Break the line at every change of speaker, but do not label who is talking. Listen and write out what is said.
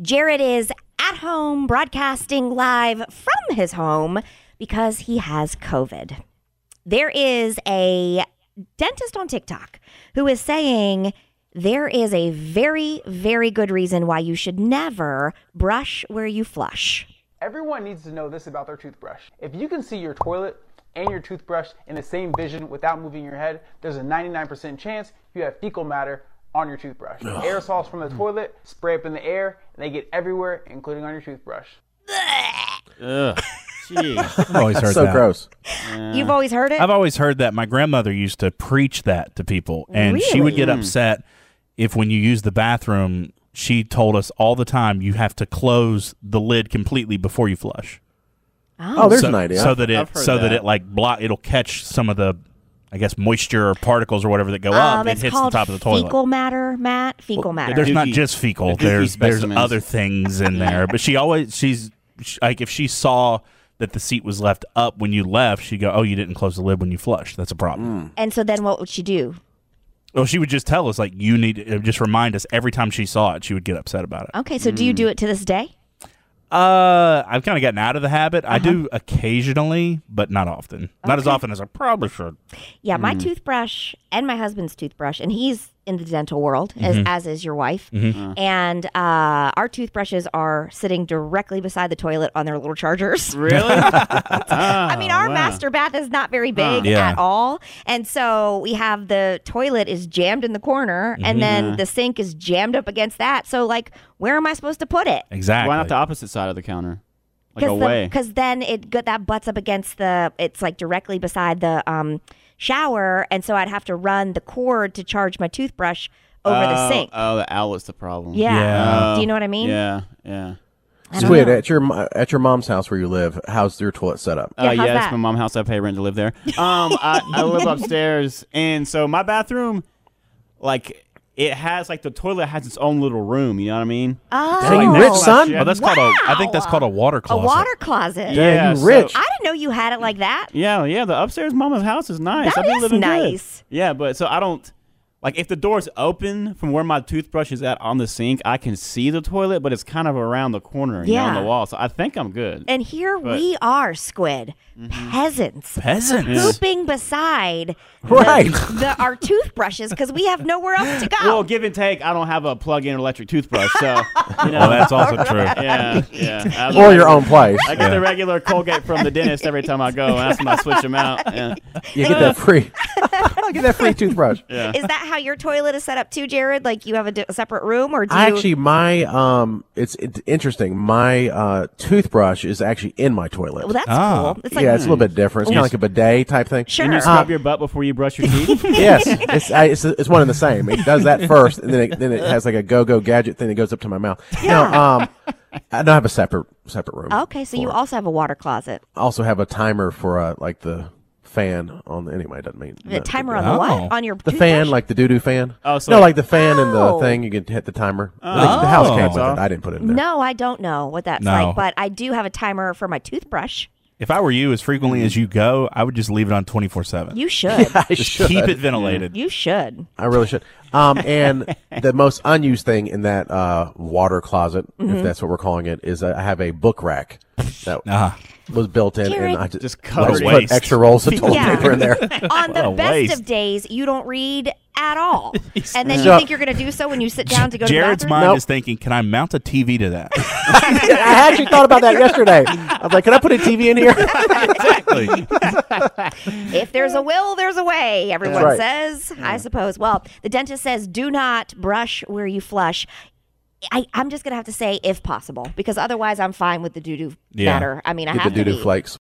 Jared is at home broadcasting live from his home because he has COVID. There is a dentist on TikTok who is saying there is a very, very good reason why you should never brush where you flush.
Everyone needs to know this about their toothbrush. If you can see your toilet and your toothbrush in the same vision without moving your head, there's a 99% chance you have fecal matter on your toothbrush. Aerosols from the toilet spray up in the air and they get everywhere, including on your toothbrush.
Ugh. Jeez.
I've always heard
So
that.
gross.
You've always heard it?
I've always heard that. My grandmother used to preach that to people, and she would get upset if, when you use the bathroom, she told us all the time you have to close the lid completely before you flush,
Oh, there's
so,
an idea.
so that
I've
it
heard
so that.
that.
it like block it'll catch some of the, I guess moisture or particles or whatever that go
um,
up and
it's
hits the
called
top of the toilet.
fecal matter, Matt. Fecal matter.
There's not
Dookie-
just fecal.
the dookie
there's there's
specimens.
other things in there. But she always she's sh like if she saw that the seat was left up when you left, she'd go, "Oh, you didn't close the lid when you flushed. That's a problem."
And so then what would she do?
Well, she would just tell us like you need uh, just remind us every time she saw it, she would get upset about it.
Okay, so do you do it to this day?
Uh, I've kind of gotten out of the habit. I
Uh-huh.
do occasionally, but not often. Not as often as I probably should.
Yeah, my toothbrush and my husband's toothbrush, and he's in the dental world, as, as is your wife. And uh, our toothbrushes are sitting directly beside the toilet on their little chargers.
really?
I mean, our master bath is not very big
Yeah.
at all. And so we have the toilet is jammed in the corner, and then the sink is jammed up against that. So, like, where am I supposed to put it?
Exactly.
Why not the opposite side of the counter? Like
Because
away.
then it go- that butts up against the. It's like directly beside the um, shower, and so I'd have to run the cord to charge my toothbrush over the
Oh,
sink.
Oh, the outlet's the problem.
yeah.
Oh.
Yeah.
Do you know what I mean?
Yeah, yeah.
I
It's
don't
weird.
know.
At your mo- at your mom's house where you live, how's your toilet set up?
Yeah,
uh,
how's
yeah,
that?
it's my mom's house. I pay rent to live there. Um, I, I live upstairs, and so my bathroom, like, it has like the toilet has its own little room. You know what I mean?
Oh,
Dang, you rich son.
Oh, that's called a. I think that's called a water
a
closet.
water closet.
Dang,
Yeah,
you
so-
rich.
I didn't know you had it like that.
Yeah, yeah. The upstairs mama's house is nice.
That
I've been
is
living good.
nice.
Yeah, but so I don't like if the door's open from where my toothbrush is at on the sink, I can see the toilet, but it's kind of around the corner, you know, on
Yeah.
the wall. So I think I'm good.
And here
But- Mm-hmm.
we are, Squid, peasants,
Peasants.
pooping beside the-
Right.
the, our toothbrushes because we have nowhere else to go.
well, give and take, I don't have a plug-in electric toothbrush, so you know,
Well, Oh, that's also true.
yeah, yeah. I-
Or your own place.
I get the regular Colgate from the dentist every time I go, and that's when I switch them out. Yeah.
You get that free. get that free toothbrush.
Is that how your toilet is set up too, Jared? Like you have a di- separate room, or do you?
I actually, my um, it's, it's interesting. My uh, toothbrush is actually in my toilet.
well, that's
Ah.
cool. It's like "Hmm,
yeah, it's a little bit different. It's kind of like a bidet type thing.
Sure.
Can Mm. you
Uh,
scrub your butt before you brush your teeth?
yes, it's, I, it's it's one and the same. It does that first, and then it, then it has like a go go gadget thing that goes up to my mouth. Now, um, I don't have a separate separate room.
okay. So you also have a water closet,
I also have a timer for uh, like the fan on. The, anyway, it doesn't mean
a timer
the,
on the
Oh.
what? On your
the
toothbrush?
fan, like the doo doo fan.
Oh, so
no, like
like-
the fan and the
Oh.
thing. You can hit the timer. Like, the house came with it. I didn't put it in there.
No, I don't know what that's
No.
like, but I do have a timer for my toothbrush.
If I were you, as frequently as you go, I would just leave it on twenty four seven.
Mm-hmm. You should.
I
Just
should.
keep it ventilated.
You should.
I really should. Um, and the most unused thing in that uh, water closet,
Mm-hmm.
if that's what we're calling it, is uh, I have a book rack that
Ah.
was built in,
Jared.
and I just,
Uh-huh. Just
I
covered
just
it.
put
waste.
extra rolls of toilet
Yeah.
paper in there.
On the
What a
best
waste.
of days, you don't read at all, and then you
So-
think you're going to do so when you sit down to go to
Jared's
the
mind
bathroom.
Nope.
is thinking, can I mount a TV to that?
I actually thought about that yesterday. I was like, can I put a TV in here?
exactly.
If there's a will, there's a way, everyone
That's right.
says, I suppose. Well, the dentist says do not brush where you flush. I, I'm just going to have to say if possible, because otherwise I'm fine with the doo doo
Yeah.
matter. I mean, I
Get the
have
doo
to
doo
be.
flakes.